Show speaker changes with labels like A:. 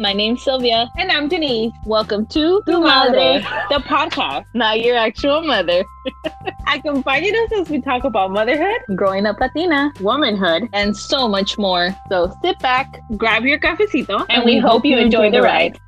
A: My name's Sylvia.
B: And I'm Denise.
A: Welcome to
B: Tu Madre, the podcast.
A: Not Your Actual Mother.
B: Accompanying us as we talk about motherhood,
A: Growing Up Latina,
B: womanhood.
A: and so much more. So sit back
B: Grab your cafecito,
A: and we hope you enjoy the ride.